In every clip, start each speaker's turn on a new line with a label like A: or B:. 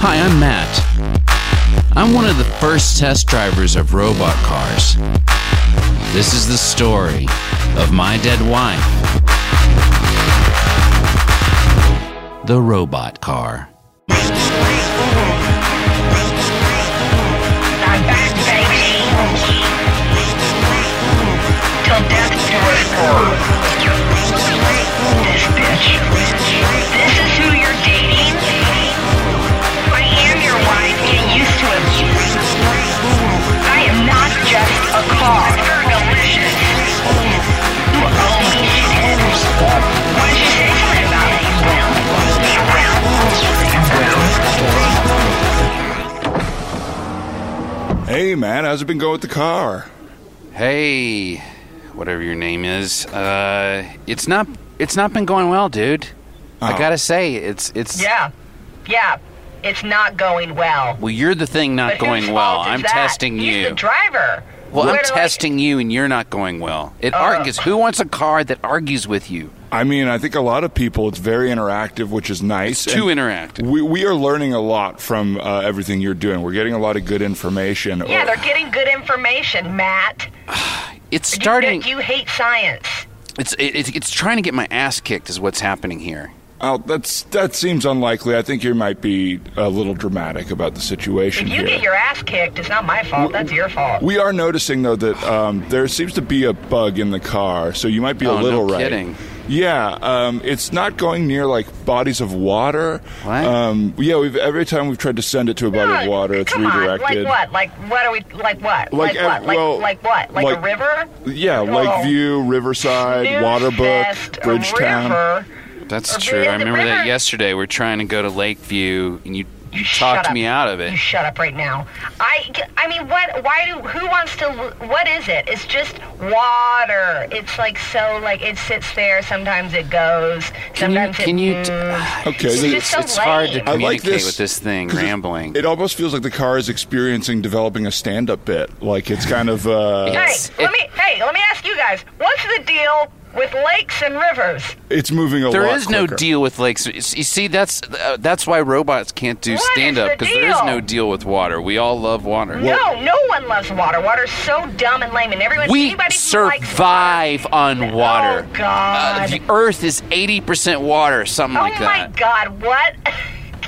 A: I'm Matt. I'm one of the first test drivers of robot cars. This is the story of my dead wife, the robot car.
B: I'm back, baby. Till death do us part. This bitch. This is who you're dating. I am your wife. Get used to it. I am not just a car. You're delicious. You own me. Why don't you say something about it? You will. You will. You will.
C: Hey, man, how's it been going with the car?
A: Hey, whatever your name is, uh, it's not it's not been going well, dude. I
C: Oh.
A: gotta say, it's it's
B: Yeah, yeah. It's not going well.
A: well, you're the thing not
B: But whose
A: going well.
B: fault is
A: I'm
B: that?
A: testing
B: He's
A: you.
B: the driver.
A: well,
B: What
A: I'm
B: do I- Oh.
A: testing you, and you're not going well. It argues. Who wants a car that argues with you?
C: I mean, I think a lot of people, it's very interactive, which is nice.
A: Too
C: and
A: interactive.
C: we, we are learning a lot from uh, everything you're doing. We're getting a lot of good information.
B: yeah,
C: Or-
B: they're getting good information, Matt.
A: It's
B: You-
A: starting.
B: You, hate science.
A: It's it, it's it's trying to get my ass kicked. Is what's happening here.
C: oh, that's that seems unlikely. I think you might be a little dramatic about the situation
B: If you
C: here.
B: get your ass kicked, it's not my fault. That's your fault.
C: we are noticing though that um, there seems to be a bug in the car, so you might be
A: Oh,
C: a
A: no
C: little right.
A: kidding.
C: Yeah, um, it's not going near like bodies of water.
A: What?
C: Um, yeah, we've every time we've tried to send it to a body of
B: No,
C: water, it's
B: come
C: redirected.
B: On, like what? Like what are we? Like what? Like,
C: ev-
B: what? Like,
C: well,
B: like what? Like, a river?
C: Yeah,
B: Oh.
C: Lakeview, Riverside,
B: Snooze fest,
C: Waterbook,
B: a
C: Bridgetown.
B: river.
A: That's
B: Or be
A: true.
B: in
A: I
B: the
A: remember that
B: river.
A: yesterday. We're trying to go to Lakeview, and you you
B: shut
A: talked
B: up.
A: me out of it.
B: You shut up right now. I, I mean, what? Why do? Who wants to? What is it? It's just water. It's like so. Like it sits there. Sometimes it goes.
A: Can you?
B: Sometimes
A: Can you?
B: it.
A: T-
C: Okay,
A: it's,
C: this-
A: it's-
B: so
A: it's hard to
B: lame.
C: I
A: communicate
C: like this
A: with this thing
C: 'cause it-
A: rambling.
C: It almost feels like the car is experiencing developing a stand-up bit. Like it's kind of uh,
B: hey,
A: It's-
B: let
A: it-
B: me. Hey, let me ask you guys. What's the deal with lakes and rivers?
C: it's moving a lot.
A: There is no
C: quicker.
A: deal with lakes. You see, that's uh, that's why robots can't do
B: What is
A: stand up
B: the
A: because there is
B: deal?
A: no deal with water. We all love water.
B: no, no one loves water. Water's so dumb and lame, and everyone.
A: We
B: anybody who likes
A: survive on water.
B: Oh God.
A: Uh, the Earth is eighty percent water, something
B: Oh
A: like
B: my
A: that.
B: God! What?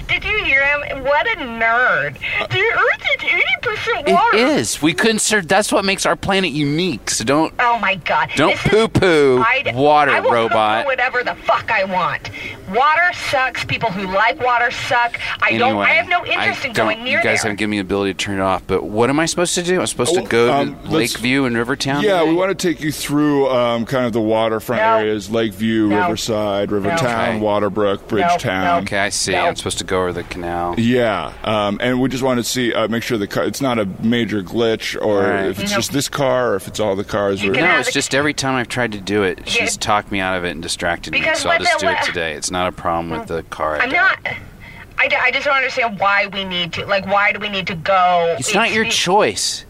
B: Did you hear him? What a nerd! The Earth is eighty percent water.
A: It is. We couldn't. Sur- that's what makes our planet unique. So don't
B: Oh my God!
A: don't
B: This is-
A: poo poo
B: I'd-
A: water,
B: I will
A: robot.
B: poo-poo whatever the fuck I want. Water sucks. People who like water suck. I don't.
A: Anyway,
B: I have no
A: I
B: interest in
A: don't-
B: going near
A: You guys
B: there.
A: haven't given me the ability to turn it off. But what am I supposed to do? I'm supposed
C: Oh,
A: to go
C: um,
A: to
C: let's-
A: Lakeview and Rivertown.
C: Yeah,
A: today?
C: we want to take you through um, kind of the waterfront
B: No.
C: areas: Lakeview,
B: No.
C: Riverside, Rivertown,
A: Okay.
C: Waterbrook, Bridgetown.
A: Okay, I see.
B: No.
A: I'm supposed to go over the canal.
C: Yeah, um, and we just want to see, uh, make sure the car, it's not a major glitch, or
A: All right.
C: if it's
B: No.
C: just this car, or if it's all the cars.
B: You
C: or-
B: can-
A: No,
B: out
A: it's
B: of the-
A: just every time I've tried to do it,
B: Yeah.
A: she's talked me out of it and distracted me.
B: Because
A: So I'll
B: what
A: just
B: the-
A: do it
B: what-
A: today. It's not a problem with the car.
B: I'm not. I, d- I just don't understand why we need to. Like, why do we need to go?
A: It's not your
B: the-
A: choice.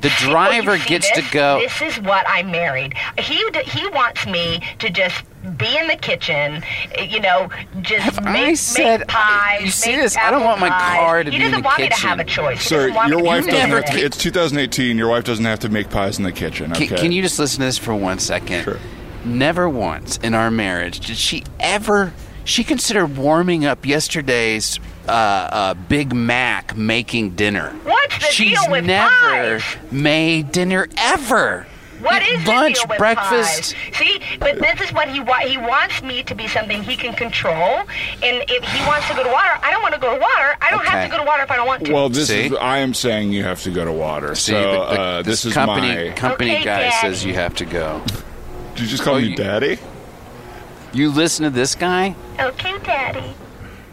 A: The
B: See, well, you
A: driver
B: see
A: gets
B: this?
A: to go.
B: This is what I married. He d- he wants me to just be in the kitchen, you know, just
A: Have I
B: make, make
A: said-
B: pies.
A: you see
B: make
A: this? I don't
B: apple
A: want my
B: pies.
A: car to
B: he
A: be in
B: doesn't
A: the
B: want me to
A: kitchen.
B: have a choice. He
C: Sir,
B: doesn't want
C: your
B: me to
C: wife
B: do
C: doesn't
A: never
C: have
B: that.
C: to,
A: ca-
C: it's 2018. Your wife doesn't have to make pies in the kitchen. Okay.
A: Can, can you just listen to this for one second?
C: Sure.
A: Never once in our marriage did she ever. She considered warming up yesterday's uh, uh, Big Mac making dinner.
B: What's the
A: She's
B: deal with
A: never
B: pies?
A: made dinner ever.
B: What is
A: lunch,
B: the deal with
A: breakfast?
B: pies? See, but this is what he wa- he wants me to be something he can control. And if he wants to go to water, I don't want to go to water. I don't
A: Okay.
B: have to go to water if I don't want to.
C: Well, this
A: See?
C: is. I am saying you have to go to water.
A: See,
C: so
A: the- the-
C: uh, this, is
A: company
C: my.
A: company
B: Okay,
A: guy
B: Daddy.
A: says you have to go.
C: Did you just call
A: Oh,
C: me
A: you-
C: daddy?
A: You listen to this guy?
B: okay, Daddy.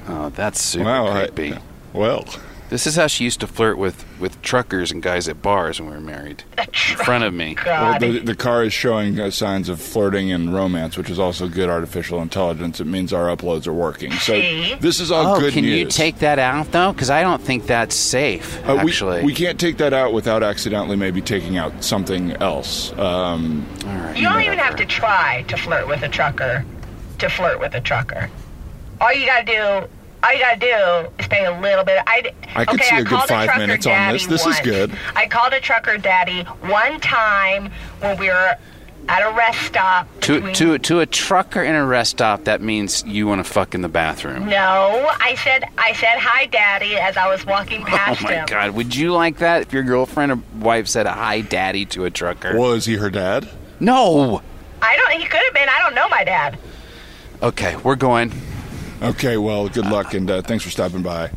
A: Oh, that's super
C: Wow. I-
A: creepy.
C: well,
A: This is how she used to flirt with with truckers and guys at bars when we were married. In front of me.
C: well
B: God.
C: the, the car is showing uh, signs of flirting and romance, which is also good artificial intelligence. It means our uploads are working. So
B: See?
C: this is all
A: Oh,
C: good
A: can
C: news.
A: you take that out though? Because I don't think that's safe.
C: Uh, we-
A: actually,
C: we, can't take that out without accidentally maybe taking out something else. Um,
A: All right,
B: You don't even have
A: whatever.
B: to try to flirt with a trucker to flirt with a trucker. All you gotta do, all you gotta do is pay a little bit. I,
C: I could
B: okay,
C: see
B: I
C: a good
B: called
C: five
B: trucker
C: minutes on
B: daddy
C: this. This is
B: once.
C: good.
B: I called a trucker daddy one time when we were at a rest stop.
A: To,
B: between-
A: to, to a trucker in a rest stop, that means you want to fuck in the bathroom.
B: No, I said I said hi, daddy, as I was walking
A: Oh
B: past
A: my
B: him.
A: god, would you like that if your girlfriend or wife said hi daddy to a trucker?
C: Was he her dad?
A: No!
B: I don't. He could have been. I don't know my dad.
A: Okay, we're going.
C: Okay, well, good luck and uh, thanks for stopping by.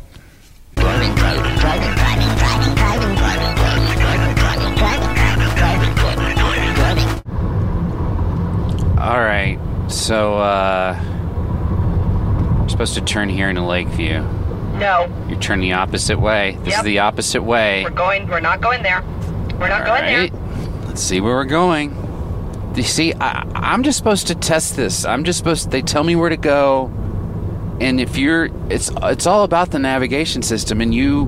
A: Alright, so, uh. We're supposed to turn here into Lakeview.
B: No,
A: You turn the opposite way. This is
B: Yep.
A: the opposite way.
B: we're going. We're not going there. We're not
A: All
B: going there.
A: right. Let's see where we're going. You see, I, I'm just supposed to test this. I'm just supposed. They tell me where to go, and if you're, it's it's all about the navigation system, and you.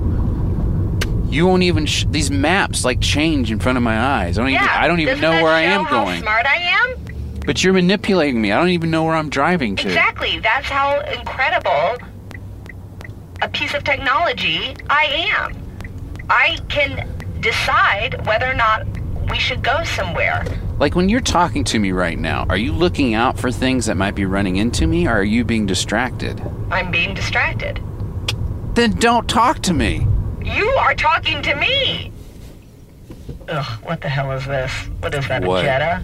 A: You won't even sh- these maps like change in front of my eyes. I don't even
B: Yeah,
A: I don't even
B: doesn't
A: know
B: that
A: where I
B: show
A: am
B: how
A: going.
B: Smart I am.
A: But you're manipulating me. I don't even know where I'm driving to.
B: Exactly. That's how incredible a piece of technology I am. I can decide whether or not we should go somewhere.
A: Like when you're talking to me right now, are you looking out for things that might be running into me, or are you being distracted?
B: I'm being distracted.
A: Then don't talk to me.
B: You are talking to me. Ugh, what the hell is this? What is that,
A: What?
B: a Jetta?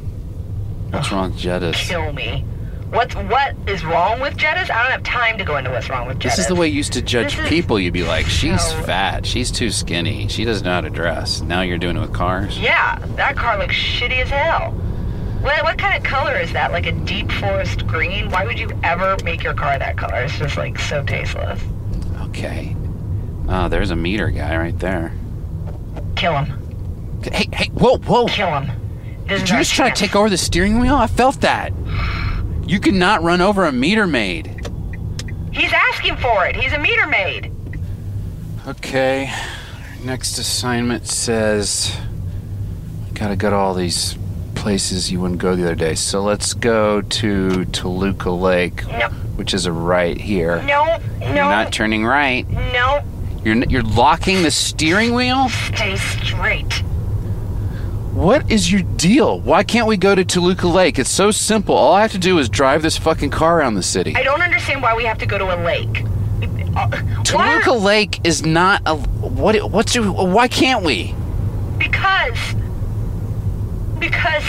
A: What's wrong, with Jettas?
B: Kill me. What's what is wrong with Jettas? I don't have time to go into what's wrong with Jettas.
A: This is the way you used to judge
B: This is-
A: people. You'd be like, she's
B: No.
A: fat. She's too skinny. She doesn't know how to dress. Now you're doing it with cars.
B: Yeah, that car looks shitty as hell. What, what kind of color is that? Like a deep forest green? Why would you ever make your car that color? It's just like so tasteless.
A: Okay. Oh, there's a meter guy right there.
B: Kill him.
A: Hey, hey, whoa, whoa.
B: Kill him. This
A: Did
B: is
A: you
B: our
A: just try to
B: chance.
A: take over the steering wheel? I felt that. You cannot run over a meter maid.
B: He's asking for it. He's a meter maid.
A: Okay. Next assignment says gotta go to all these places you wouldn't go the other day. So let's go to Toluca Lake,
B: No,
A: which is a right here.
B: no, no,
A: You're not turning right.
B: no.
A: You're n- you're locking the steering wheel.
B: Stay straight.
A: What is your deal? Why can't we go to Toluca Lake? It's so simple. All I have to do is drive this fucking car around the city.
B: I don't understand why we have to go to a lake. Uh, why-
A: Toluca Lake is not a what? it- What's your, why can't we?
B: Because. Because.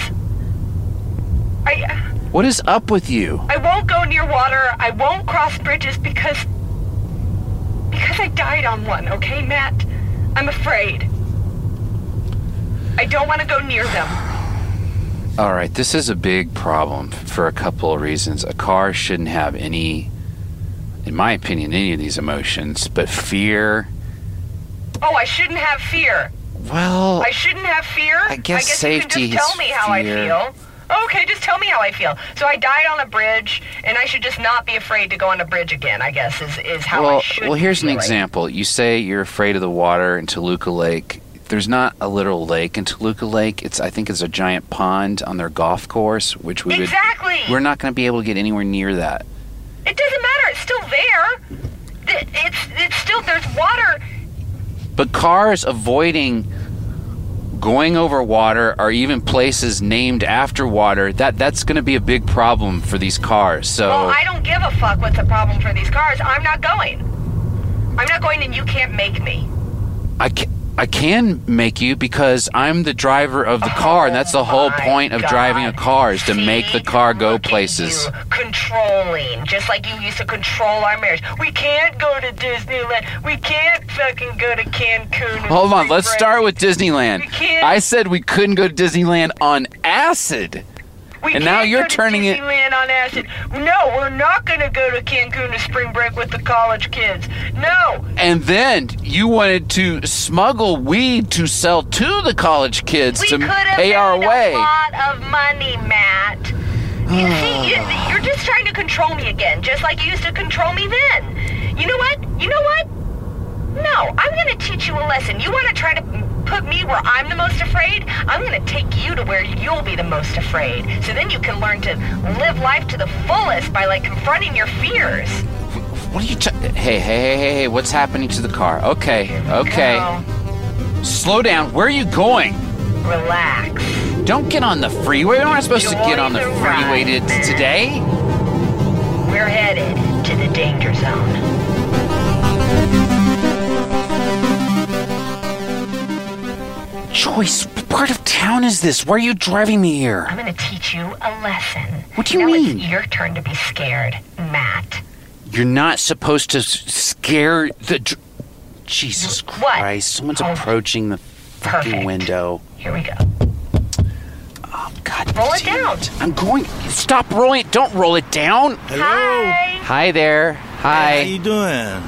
B: I.
A: What is up with you?
B: I won't go near water. I won't cross bridges because because I died on one, okay, Matt? I'm afraid. I don't want to go near them.
A: All right, this is a big problem for a couple of reasons. A car shouldn't have any, in my opinion, any of these emotions, but fear.
B: Oh, I shouldn't have fear.
A: Well,
B: I shouldn't have fear.
A: I guess safety
B: you can just tell
A: is
B: me how
A: fear.
B: I feel. Okay, just tell me how I feel. So I died on a bridge, and I should just not be afraid to go on a bridge again. I guess is is how I
A: well,
B: should.
A: well, here's an
B: feel it.
A: example. You say you're afraid of the water in Toluca Lake. There's not a literal lake in Toluca Lake. It's I think it's a giant pond on their golf course, which we
B: Exactly.
A: would we're not going to be able to get anywhere near that.
B: It doesn't matter. It's still there. It- It's it's still there's water.
A: But cars avoiding going over water or even places named after water that that's going to be a big problem for these cars. So
B: Well, I don't give a fuck what's the problem for these cars. I'm not going. I'm not going, and you can't make me.
A: I ca- I can make you because I'm the driver of the car, and that's the whole
B: Oh My
A: point of driving a
B: God.
A: car is to
B: See?
A: make the car go
B: Look at
A: places.
B: you, controlling, just like you used to control our marriage. We can't go to Disneyland. We can't fucking go to Cancun. and
A: Hold on,
B: Sea
A: let's
B: Break.
A: start with Disneyland.
B: We can't-
A: I said we couldn't go to Disneyland on acid.
B: We
A: and now
B: can't
A: you're
B: go to
A: turning it-
B: Disneyland on acid. No, we're not going to go to Cancun to spring break with the college kids. No,
A: And then you wanted to smuggle weed to sell to the college kids
B: we
A: to
B: could have
A: pay
B: made
A: our way.
B: a lot of money, Matt. You see, you, you're just trying to control me again, just like you used to control me then. You know what? You know what? No, I'm gonna teach you a lesson. You want to try to put me where I'm the most afraid? I'm gonna take you to where you'll be the most afraid. So then you can learn to live life to the fullest by like confronting your fears.
A: What are you? Ta- hey, hey, hey, hey, hey! What's happening to the car? Okay, okay.
B: Go.
A: Slow down. Where are you going?
B: Relax.
A: Don't get on the freeway. We're not supposed to get on the freeway to, today.
B: We're headed to the danger zone.
A: Joyce, what part of town is this? Why are you driving me here?
B: I'm gonna teach you a lesson.
A: What do you
B: now
A: mean?
B: It's your turn to be scared, Matt.
A: You're not supposed to s- scare the. Dr- Jesus Christ! Someone's
B: Oh.
A: approaching the fucking
B: Perfect.
A: window.
B: Here we go.
A: God.
B: Roll it
A: damn
B: down.
A: I'm going. Stop rolling it. Don't roll it down.
D: Hello.
B: Hi.
A: Hi there.
D: How
A: Hi.
D: you doing?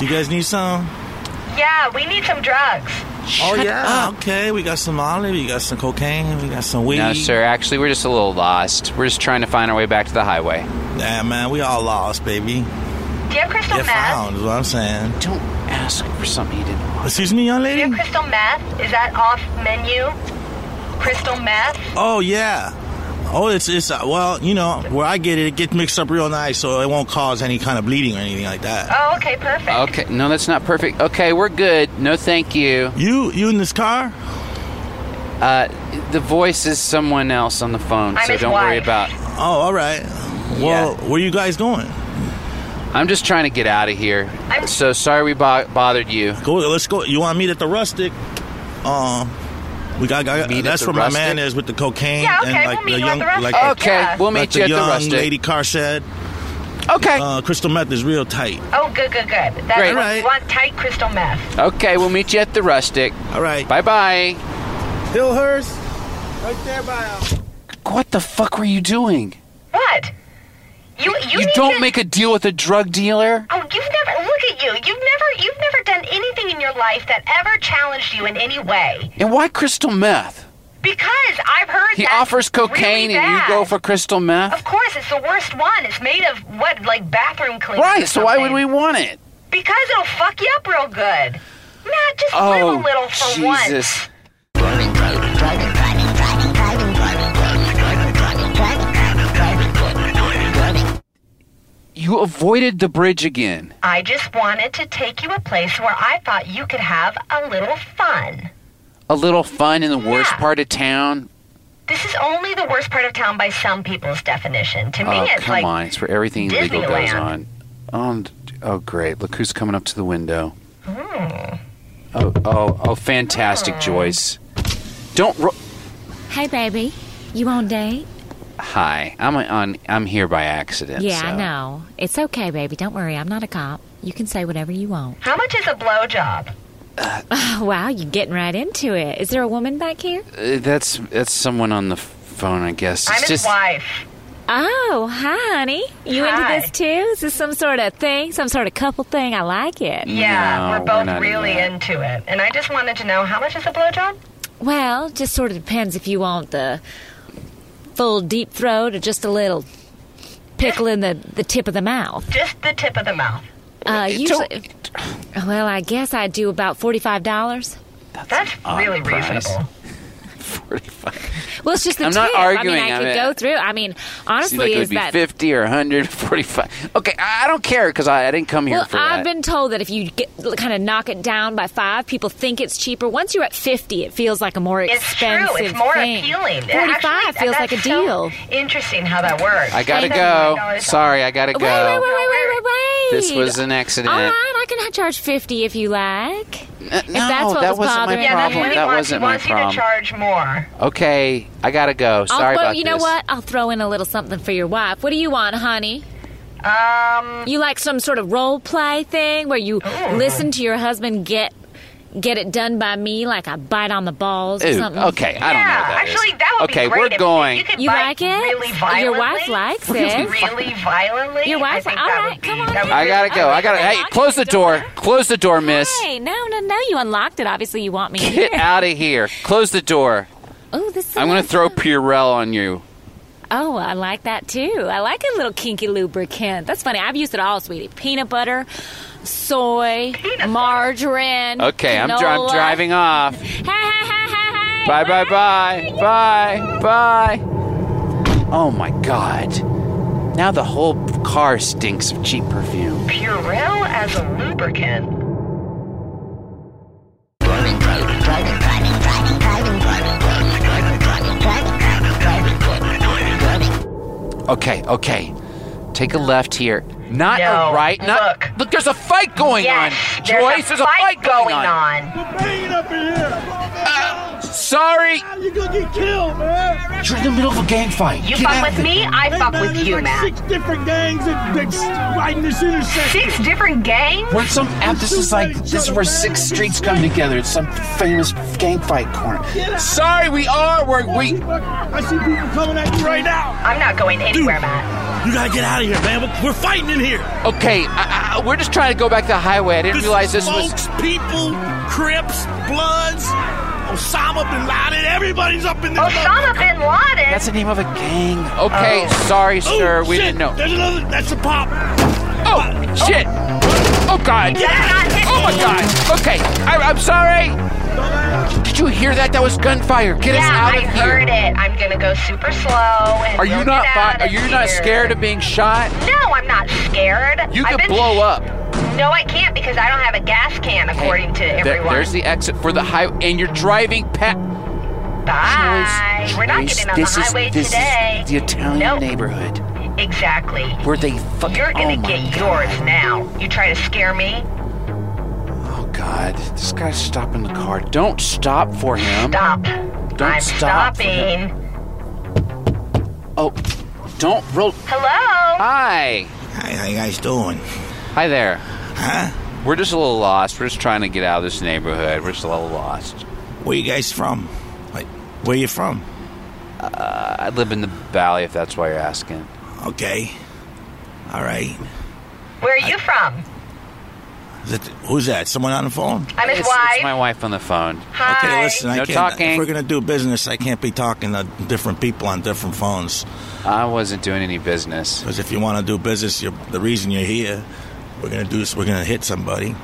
D: You guys need some?
B: Yeah, we need some drugs.
D: oh yeah. Okay, we got some olive, we got some cocaine, we got some weed.
A: No, sir. Actually, we're just a little lost. We're just trying to find our way back to the highway.
D: Yeah, man, we all lost, baby.
B: Do you have crystal
D: Get
B: meth?
D: found is what I'm saying.
A: Don't ask for something you didn't want.
D: Excuse me, young
B: Do you
D: lady.
B: have crystal meth? Is that off menu? Crystal meth?
D: Oh yeah. Oh, it's it's uh, well, you know, where I get it, it gets mixed up real nice, so it won't cause any kind of bleeding or anything like that.
B: Oh, okay, perfect.
A: Okay. No, that's not perfect. Okay, we're good. No, thank you.
D: You you in this car?
A: Uh, the voice is someone else on the phone,
B: I'm
A: so
B: his
A: don't worry
B: wife.
A: about.
D: Oh, all right. Well,
A: Yeah.
D: where you guys going?
A: I'm just trying to get out of here.
B: I'm-
A: So sorry we bo- bothered you.
D: Go. Let's go. You want to meet at the rustic? Um, we got. got
A: Meet at
D: that's
A: the
D: where my man
A: Rustic?
D: is with the cocaine
B: Yeah, okay,
D: and
B: we'll
D: like
B: meet
D: the
B: you at
D: young,
B: the Rustic.
D: like
B: Oh,
D: the,
A: Okay,
B: Yeah.
A: we'll
D: like
A: meet
D: the
A: you at the
D: young
A: rustic.
D: lady car shed.
A: Okay.
D: Uh, crystal meth is real tight.
B: Oh, good, good, good. That's
A: Great.
B: what
D: Alright.
B: we want tight crystal meth.
A: okay, we'll meet you at the rustic.
D: All right.
A: Bye bye.
D: Hillhurst, right there by.
A: What the fuck were you doing?
B: What? You you,
A: You
B: need
A: don't
B: to-
A: make a deal with a drug dealer.
B: Oh, you've never look at you. You've never you've never done anything in your life that ever challenged you in any way.
A: And why crystal meth?
B: Because I've heard
A: He
B: that's
A: offers cocaine
B: really
A: and you
B: bad.
A: go for crystal meth?
B: Of course, it's the worst one. It's made of what, like bathroom cleaner. or
A: Right, so why would
B: something.
A: we want it?
B: Because it'll fuck you up real good. Matt, just
A: Oh,
B: live a little for once.
A: Jesus. You avoided the bridge again.
B: I just wanted to take you a place where I thought you could have a little fun.
A: A little fun in the worst
B: Yeah.
A: part of town.
B: This is only the worst part of town by some people's definition. To me,
A: Oh,
B: it's
A: come
B: like
A: on. It's where everything illegal goes
B: Disneyland.
A: on. Um, oh, great. Look who's coming up to the window.
B: Hmm.
A: Oh, oh, oh, fantastic, Joyce. Don't ro-
E: Hey, baby. You on date?
A: Hi, I'm on. I'm here by accident.
E: yeah,
A: so.
E: I know. It's okay, baby. Don't worry. I'm not a cop. You can say whatever you want.
B: how much is a blowjob?
E: Oh, wow. You're getting right into it. Is there a woman back here?
A: Uh, that's that's someone on the phone, I guess.
B: I'm
A: It's
B: his
A: just
B: wife.
E: Oh, hi, honey. You
B: Hi.
E: into this too? Is this some sort of thing? Some sort of couple thing? I like it.
B: Yeah,
A: No,
B: we're
A: we're
B: both
A: not into
B: really
A: that.
B: into it. And I just wanted to know how much is a blowjob?
E: Well, just sort of depends if you want the full deep throat or just a little pickle in the, the tip of the mouth.
B: Just the tip of the mouth.
E: Uh,
A: It
E: usually, well, I guess I do about forty-five dollars.
B: That's really
A: odd price.
B: reasonable.
A: 45.
E: Well, it's just the
A: I'm
E: tip.
A: not arguing,
E: I mean, I
A: I
E: could
A: mean-
E: go through. I mean, honestly,
A: Seems like it would
E: is
A: be
E: that
A: 50 or 145. Okay, I I don't care because I, I didn't come here
E: well?
A: for that.
E: I've been told that if you get, kind of knock it down by five, people think it's cheaper. Once you're at fifty, it feels like a more
B: It's true.
E: expensive
B: It's more
E: thing.
B: appealing. It
E: Forty-five
B: actually-
E: feels like a
B: that's so
E: deal.
B: interesting how that works. uh,
A: I gotta go.
B: $49
A: Sorry, I gotta
E: Wait, wait, wait, wait,
A: go.
E: wait, wait, wait.
A: This was an accident.
E: All right, I can charge fifty if you like.
A: Uh, no,
E: that's what
A: that wasn't
E: was
A: my
E: bothering you.
B: Yeah, that's
A: problem.
B: what he
A: that
B: wants.
A: wasn't
B: he wants
A: my
B: you
A: problem.
B: to charge Oh, more.
A: Okay, I gotta go.
E: I'll
A: Sorry
E: throw,
A: about
E: you know
A: this.
E: what? I'll throw in a little something for your wife. What do you want, honey?
B: Um,
E: You like some sort of role play thing where you
A: Oh.
E: listen to your husband get get it done by me, like I bite on the balls or
A: Ooh,
E: something.
A: okay, I don't know.
B: yeah,
A: What that is.
B: actually, that would
A: okay,
B: be great.
A: we're
B: if-
A: going.
B: If you, could
E: You
B: bite
E: like it?
B: Really violently.
E: Your wife likes it.
B: Really violently.
E: Your wife-
B: I think
E: all
B: that
E: right,
B: would be,
E: come on
B: that would
E: in.
A: I
B: be-
A: gotta go. I gotta. Hey, close the door. Close the door, miss.
E: Hey, no, no, no! You unlocked it. Obviously, you want me here.
A: Get out of here. Close the door.
E: Oh, this. Is
A: I'm gonna throw Purell on you.
E: Oh, I like that too. I like a little kinky lubricant. That's funny. I've used it all, sweetie. Peanut butter, soy, margarine.
A: Okay, I'm, dri- I'm
E: canola.
A: driving off.
E: Hey, hey, hey, hey, hey.
A: Bye, bye, bye, bye, bye. Oh my God! Now the whole car stinks of cheap perfume.
B: Purell as a lubricant.
A: Okay, okay. Take a left here. Not
B: No,
A: a right. Not
B: look.
A: There's a fight going on.
B: Yes, there's
A: Joyce,
B: a
A: there's a
B: fight
A: fight going, on.
B: on.
A: Sorry,
F: You're gonna get killed, man.
A: you're in the middle of a gang fight.
B: You
A: Get out
B: fuck
A: of
B: with
A: it.
B: me, I fuck
F: man,
B: with
F: there's
B: you,
F: like
B: Matt.
F: Six different gangs that, that's riding this intersection.
B: Six different gangs?
A: We're in some. app- This is like this is where six streets come together. It's some famous gang fight corner. Sorry, we are. We're, we.
F: I see people coming at you right now.
B: I'm not going anywhere, Matt.
D: You gotta get out of here, man. We're, we're fighting in here.
A: Okay, I, I, we're just trying to go back to the highway. I didn't realize this was.
D: smokes, people, Crips, Bloods, Osama bin Laden. Everybody's up in this.
B: Osama bin Laden?
A: That's the name of a gang. Okay, sorry,
D: Oh,
A: sir. we
D: shit.
A: didn't know.
D: There's another. That's a pop.
A: Oh, shit. Oh, God. Oh, my God. Okay, I, I'm sorry. Did you hear that? That was gunfire. Get us
B: yeah,
A: out
B: I
A: of here.
B: heard it. I'm gonna go super slow. And
A: Are you
B: we'll
A: not?
B: get
A: fi-
B: out
A: Are you
B: here.
A: not scared of being shot?
B: No, I'm not scared.
A: You
B: I've
A: could
B: been
A: blow up.
B: No, I can't because I don't have a gas can, according to
A: There-
B: everyone.
A: there's the exit for the highway, and you're driving past.
B: Bye. We're not getting on the
A: this
B: highway
A: is, this
B: today.
A: Is the Italian
B: Nope.
A: neighborhood
B: Exactly.
A: where they fucking.
B: You're gonna
A: oh my
B: get
A: God.
B: yours now. You try to scare me?
A: Oh God! This guy's stopping the car. Don't stop for him.
B: Stop. I'm
A: stop.
B: stopping.
A: Oh, don't roll.
B: Hello?
A: Hi.
D: Hey, how you guys doing?
A: Hi there.
D: Huh?
A: We're just a little lost. We're just trying to get out of this neighborhood. We're just a little lost.
D: Where you guys from? Like, where you from?
A: I live in the valley, if that's why you're asking.
D: Okay. All right.
B: Where are you from?
D: Is it, who's that? Someone on the phone?
B: I'm his
A: It's, it's my
B: wife.
A: wife on the phone.
B: Hi.
D: Okay, listen. I
A: No
D: can't,
A: talking.
D: If we're gonna do business, I can't be talking to different people on different phones.
A: I wasn't doing any business.
D: Because if you want to do business, you're, the reason you're here, we're gonna do this. We're gonna hit somebody,
B: Do-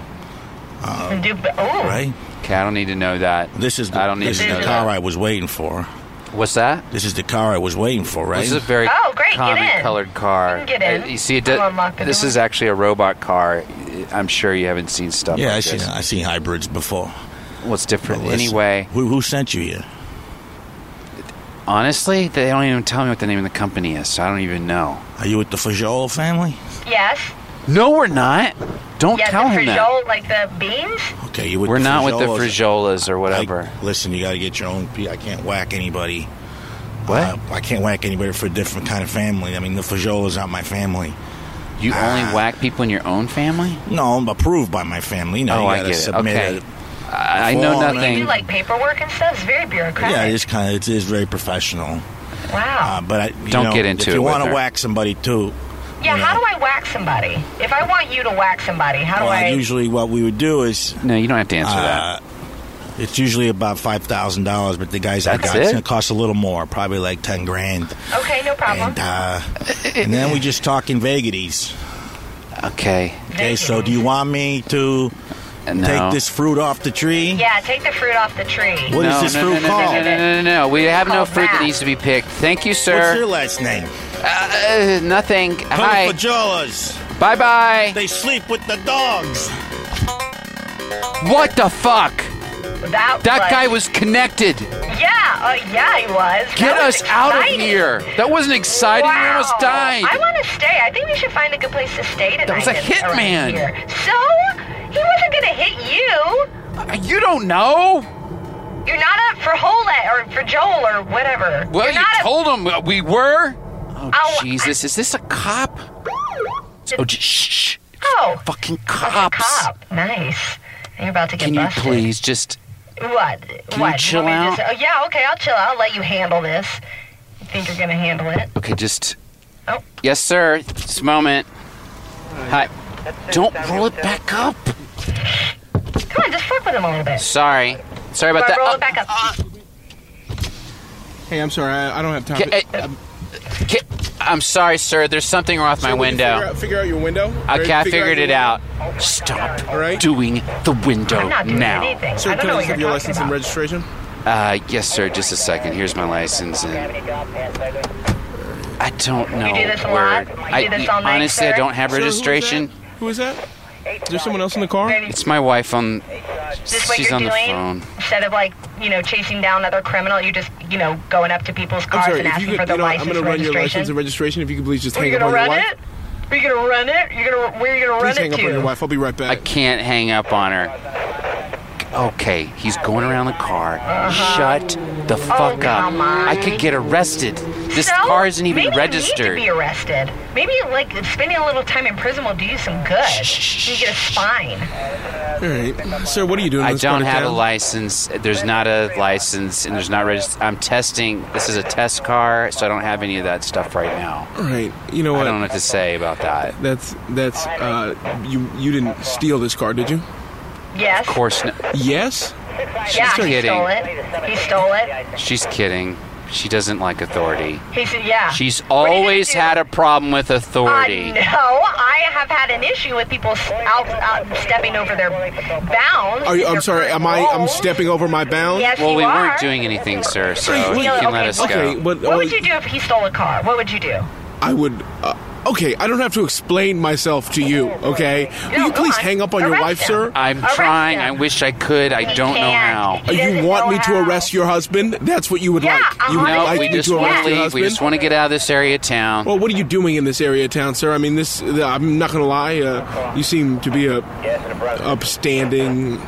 B: oh,
D: right?
A: Okay, I don't need to know that.
D: This is the,
A: I don't need
D: this
A: to
D: is
A: know
D: the
A: that.
D: car I was waiting for.
A: What's that?
D: This is the car I was waiting for, right?
A: This is a very
B: Oh, great, get
A: common
B: in.
A: colored car.
B: You can get in.
A: Uh, you see, it
B: I'll unlock the
A: this
B: door.
A: is actually a robot car. I'm sure you haven't seen stuff.
D: yeah,
A: like
D: I seen
A: this.
D: I seen hybrids before.
A: What's different
D: Listen,
A: anyway?
D: who, who sent you here?
A: Honestly, they don't even tell me what the name of the company is, so I don't even know.
D: Are you with the Fajol family?
B: yes.
A: No, we're not. Don't
B: Yeah,
A: tell
B: the
A: him that.
B: frijol, like the beans?
D: Okay, you with
A: We're
D: the
A: not with the
D: Frajolas.
A: Frijolas or whatever.
D: I- listen, you got to get your own. pe- I can't whack anybody.
A: What?
D: Uh, I can't whack anybody for a different kind of family. I mean, the Fajolas aren't my family.
A: you
D: Ah.
A: only whack people in your own family?
D: No, I'm approved by my family. You know,
A: Oh,
D: you
A: I
D: got to
A: get it.
D: submit
A: Okay.
D: it.
A: I, I know
D: Form and-
B: You
A: nothing.
B: do like paperwork and stuff? It's very
D: Yeah,
B: bureaucratic.
D: it's kind of it is very professional.
B: wow.
A: um,
D: Uh, but I, you
A: Don't
D: know,
A: get into
D: if
A: it
D: you
A: with
D: want
A: her.
D: to whack somebody too.
B: yeah,
D: you
B: how
D: know,
B: do I whack somebody? If I want you to whack somebody, how do
D: well,
B: I?
D: uh, usually what we would do is
A: no, you don't have to answer
D: uh,
A: that.
D: it's usually about five thousand dollars, but the guys I
A: That's
D: got it's
A: it?
D: gonna cost a little more, probably like ten grand.
B: okay, no
A: Uh-huh.
B: problem.
D: And uh, and then we just talk in vagaries. Uh,
A: Okay.
D: Okay, so do you want me to
A: No.
D: take this fruit off the tree?
B: Yeah, take the fruit off the tree.
D: What is
A: no,
D: this
A: no,
D: fruit
A: no, no,
D: called?
A: No, no, no, no, no, no. We have no
B: Called
A: fruit that
B: that.
A: needs to be picked. Thank you,
D: What's
A: sir.
D: your last name?
A: Uh, nothing. Hi.
D: Pajolas.
A: Bye bye.
D: They sleep with the dogs.
A: What the fuck?
B: That,
A: That guy was connected.
B: Yeah, uh, yeah, he was. That
A: Get
B: was
A: us out of
B: exciting.
A: here. That wasn't exciting. We almost
B: Wow.
A: died.
B: I want to stay. I think we should find a good place to stay tonight.
A: was a
B: that's
A: hit
B: around
A: man.
B: here. So he wasn't gonna hit you.
A: you don't know.
B: You're not up for Hole or for Joel or whatever.
A: Well,
B: You're
A: you
B: not
A: told him we were. Oh,
B: Ow.
A: Jesus. Is this a cop? Oh, j- shh. shh.
B: up. Oh,
A: Fucking
B: that's a
A: cops.
B: cop. Nice. You're about to get
A: Can you
B: busted.
A: please just.
B: What?
A: you
B: what?
A: chill
B: want me
A: out?
B: to Just, oh yeah, okay, I'll chill out. I'll let you handle this. You think you're gonna handle it?
A: Okay, just.
B: Oh.
A: Yes, sir. Just a moment. Hi. Don't roll it back up.
B: Come on, just fuck with him a little bit.
A: Sorry. Sorry about that.
B: roll
A: Oh,
B: it back up.
G: Hey, I'm sorry. I, I don't have time.
A: Ca-
G: But-
A: uh, ca- I'm sorry, sir. There's something wrong with my
G: Can we Figure
A: window.
G: out, figure out your window.
A: Okay, I figured it
G: your-
A: out. Stop
G: All right.
A: doing the window
B: I'm not doing
A: now.
B: anything.
G: Sir,
B: I don't
G: can
B: know
G: I
B: what
G: just
B: you're
G: have your
B: talking
G: license and
B: about.
G: registration?
A: Uh, yes, sir. Just a second. Here's my license. And I don't know.
B: do this a
A: where-
B: lot? You
A: I,
B: do this all night,
A: honestly, I
B: sir?
A: don't have
G: Sir, who is
A: registration.
G: that? Who is that? Is there someone else in the car?
A: It's my wife on.
B: This way
A: She's
B: you're
A: on the
B: doing
A: phone.
B: instead of like you know chasing down another criminal, you just you know going up to people's
G: I'm
B: cars
G: sorry.
B: and
G: If
B: asking
G: you could,
B: for
G: you
B: their
G: know, what, I'm
B: license
G: gonna run your
B: registration.
G: license and registration. If you could please just
B: Are
G: hang
B: you
G: up on
B: gonna
G: your
B: run
G: wife.
B: it? Are you gonna run it? You're gonna where are you gonna
G: Please
B: run
G: hang
B: it
G: up on your
B: to?
G: wife. I'll be right
A: I
G: back.
A: can't hang up on her. Okay, he's going around the car. Shut the fuck up.
B: Uh-huh. Oh, come on.
A: I could get arrested. This
B: So,
A: car isn't even
B: maybe You
A: registered.
B: need to be arrested. Maybe like spending a little time in prison will do you some good. You get a spine.
G: All right, sir. What are you doing? in
A: I
G: this part
A: don't
G: of
A: have a
G: town?
A: license. There's not a license, and there's not registered. I'm testing. This is a test car, so I don't have any of that stuff right now.
G: All right. You know
A: I
G: what?
A: don't know what to say about that. Of
G: That's that's uh you you didn't steal this car, did you?
B: Yes.
A: course, no.
G: Yes.
B: yeah,
A: she's
B: he
A: kidding.
B: stole it. He stole it.
A: she's kidding. She doesn't like authority.
B: He said, yeah.
A: She's
B: What are you
A: always
B: gonna do?
A: had a problem with
B: I
A: authority.
B: know. I have had an issue with people s- out, out stepping over their bounds.
G: Are you, I'm
B: their
G: sorry. Am I? I'm
B: roles.
G: stepping over my bounds.
B: Yes,
A: Well,
B: you
A: we
B: are.
A: weren't doing anything, sir, so
G: Wait,
A: you
G: wait,
A: can let
B: okay,
A: us
G: Okay,
A: go.
G: but uh,
B: What would you do if he stole a car? What would you do?
G: I would. Uh, okay, I don't have to explain myself to you. Okay, will
B: No,
G: you
B: go
G: please
B: on.
G: hang up on your
B: Arrest
G: wife,
B: him.
G: sir?
A: I'm
B: Arrest
A: trying. I
B: him.
A: wish I could. I don't know how.
B: can't.
G: Uh,
B: He
G: you
B: doesn't
G: want
B: know
G: me to
B: how.
G: arrest your husband? That's what you would
B: Yeah,
G: like. You
B: uh-huh.
G: would
B: No,
G: like
A: we
G: me
A: just
G: to
A: want
G: arrest
A: to
G: your
A: leave. We
G: husband?
A: just want to get out of this area of town.
G: well, what are you doing in this area of town, sir? I mean, this. I'm not going to lie. Uh, you seem to be a upstanding.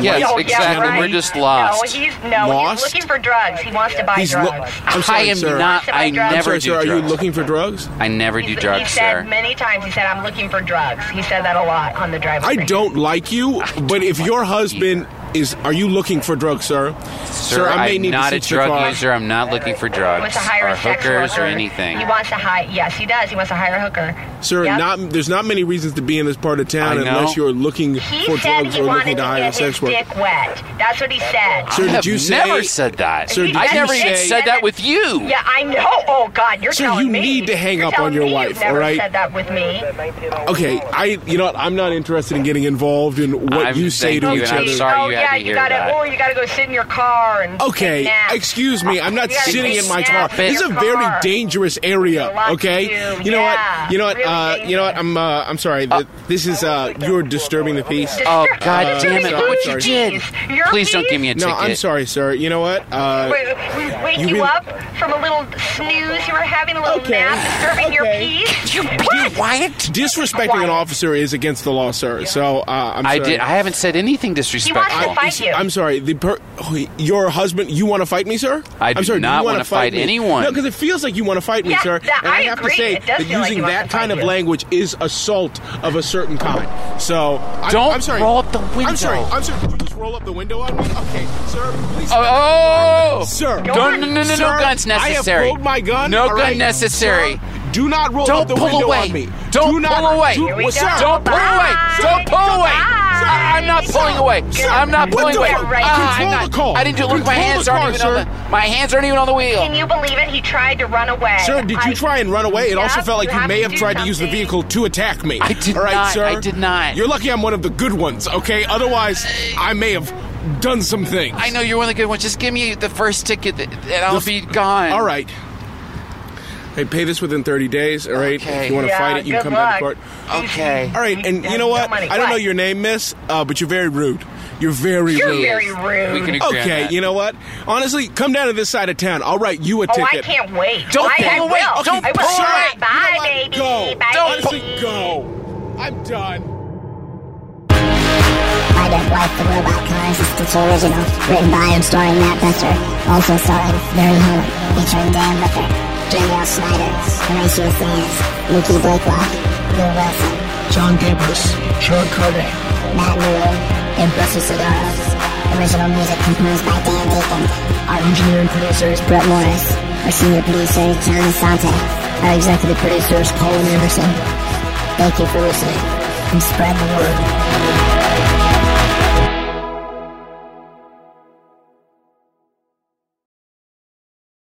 A: yes,
B: Oh, yeah,
A: exactly.
B: right.
A: We're just lost.
B: No, he's no.
G: Lost?
B: He's looking for drugs. He wants to buy
G: He's. Lo-
B: drugs.
G: I'm sorry,
A: I am
G: sir.
A: not.
B: Somebody
A: I
B: drugs.
A: never
G: Sorry,
A: do
G: sir. Are you
A: drugs.
G: looking for drugs?
A: I never do
B: He's- He
A: drugs,
B: said
A: sir.
B: many times. He said, "I'm looking for drugs." He said that a lot on the drive.
G: I don't like you, but if your husband is, are you looking for drugs, sir?
A: Sir, I'm not a
G: search the
A: drug
G: car.
A: user. I'm not looking for
B: He wants
A: drugs
B: to hire
A: or
B: a sex
A: hookers or
B: worker.
A: anything.
B: He wants to hire. Yes, he does. He wants to hire a hooker.
G: Sir,
B: Yep.
G: not there's not many reasons to be in this part of town
A: I know.
G: unless you're looking
B: He
G: for
B: said
G: drugs
B: he
G: or looking
B: wanted
G: to
B: to
G: hire a
B: get
G: sex
B: his
G: worker.
B: dick wet. That's what he said.
A: I
G: Sir, did
A: have
G: you say-
A: never said that.
G: Sir, did
A: I
G: you
A: never
G: say-
A: even said that with you.
B: Yeah, I know. Oh God, you're
G: Sir,
B: telling
G: you
B: me.
G: need to hang
B: You're
G: up on
B: telling
G: your
B: me
G: wife,
B: You've never
G: all right?
B: said that with me.
G: Okay, I you know what, I'm not interested in getting involved in what
A: I'm-
G: you say
A: thank
G: to
A: you,
G: each
A: and I'm
G: other.
A: sorry
B: oh
A: you had
B: yeah,
A: to
B: you
A: hear
B: gotta.
A: that.
B: Or you gotta go sit in your car and. take a
G: Okay,
B: nap.
G: excuse me. I'm not
B: You gotta
G: sitting
B: take
G: in my
B: naps
G: car.
B: in
G: This is a
B: your
G: very
B: car.
G: dangerous
B: There's a lot
G: area.
B: to
G: Okay,
B: do,
G: you know
B: yeah.
G: what? You know what?
B: Really
G: Uh, you know what?
B: dangerous.
G: I'm uh, I'm sorry. Th- this is uh, you're disturbing the peace.
A: Oh,
B: Disturb-
A: God
B: you're
G: damn it,
B: disturbing
G: look what
B: your
G: you
A: did.
B: peace. Your
A: Please don't
B: peace?
A: give me a
G: No,
A: ticket.
G: I'm sorry, sir. You know what? Uh,
B: Wait, wait, wake
G: You
B: you,
G: really-
B: up from a little snooze you were having, a little
G: Okay.
B: nap, disturbing your
G: Okay.
B: peace.
A: You
B: What?
A: quiet.
G: disrespecting an officer is against the law, sir. So uh, I'm
A: I
G: sorry.
A: did. I haven't said anything
B: wants to
A: disrespectful.
B: fight you.
G: I'm sorry. The per- oh, your husband. You want to fight me, sir?
A: I do
G: am sorry, do
A: not
G: you wanna
A: wanna fight
G: me?
A: anyone.
G: No, because it feels like you want to fight me,
B: Yeah,
G: sir.
B: that-
G: and I,
B: I
G: have
B: agree.
G: to say
B: It does
G: that
B: feel like
G: using
B: you want
G: that
B: to fight
G: kind of
B: you.
G: language is assault of a certain kind. So I'm,
A: Don't
G: I'm sorry.
A: roll up the window.
G: I'm sorry. I'm sorry. Could you just roll up the window on me? Okay, sir. Please.
A: Oh,
G: Sir,
A: Don't- on. no, no, no, no
G: sir,
A: guns
G: I
A: necessary.
G: have pulled my gun.
A: No
G: all
A: gun
G: right?
A: necessary.
G: Sir, do not roll
A: Don't
G: up the
A: pull
G: window
A: away.
G: on me.
A: Don't
G: do not,
A: pull away.
G: Do,
A: Here
B: we
G: well,
B: go.
G: sir,
A: don't pull away.
B: Bye.
A: Don't pull away.
B: Bye.
A: I, I'm not pulling away. I'm not
B: What
A: pulling
B: the
A: away.
B: fuck? Right.
A: Ah,
G: Control
A: I'm not,
G: the car.
A: I didn't do it. Look, my
G: Control
A: hands
G: the
A: aren't even
G: car,
A: on the. My hands aren't even on the
B: Can
A: wheel.
B: you believe it? He tried to run away.
G: Sir, did you
B: I-
G: try and run away? It also
B: Yep,
G: felt like you
B: have
G: may
B: to
G: have
B: do
G: tried to use the
B: something.
G: vehicle to attack me.
A: I did
G: All right,
A: not.
G: sir.
A: I did not.
G: You're lucky I'm one of the good ones, okay? Otherwise, I may have done some things.
A: I know you're one of the good ones. Just give me the first ticket, that- and
G: The
A: I'll
G: f-
A: be gone.
G: All right. Hey, pay this within 30 days, all right?
A: Okay.
G: If you want to
B: Yeah,
G: fight it, you
B: good
G: can come down
B: luck.
G: to court.
A: Okay.
G: All right, and
B: Yeah,
G: you know
B: no
G: what?
B: money.
G: I don't know
B: What?
G: your name, miss, uh, but you're very rude. You're very
B: You're
G: rude.
B: very rude.
A: We can agree on
G: Okay,
A: that.
G: you know what? Honestly, come down to this side of town. I'll write you a
B: Oh, I
G: ticket.
B: can't wait.
A: Don't
B: I,
A: pull
B: I
A: away.
B: Will.
A: Don't
B: I will.
A: pull away.
B: Bye, Bye,
G: You
B: baby.
G: know what? Go.
B: Bye.
G: Honestly, go. I'm done.
H: I Don't Like the Robot Cars is Stitch Original, written by and starring Matt Besser, also starring Barry Helen, featuring Dan Rucker, Danielle Snyder, Horatio Sands, Nikki Blakelock, Lou Wilson, John Gabris, Sean Carter, Matt Newell, and Buster Cigaro. Original music composed by Dan Deacon. Our engineering producer is Brett Morris. Our senior producer is John Asante. Our executive producer is Colin Anderson. Thank you for listening and spread the word.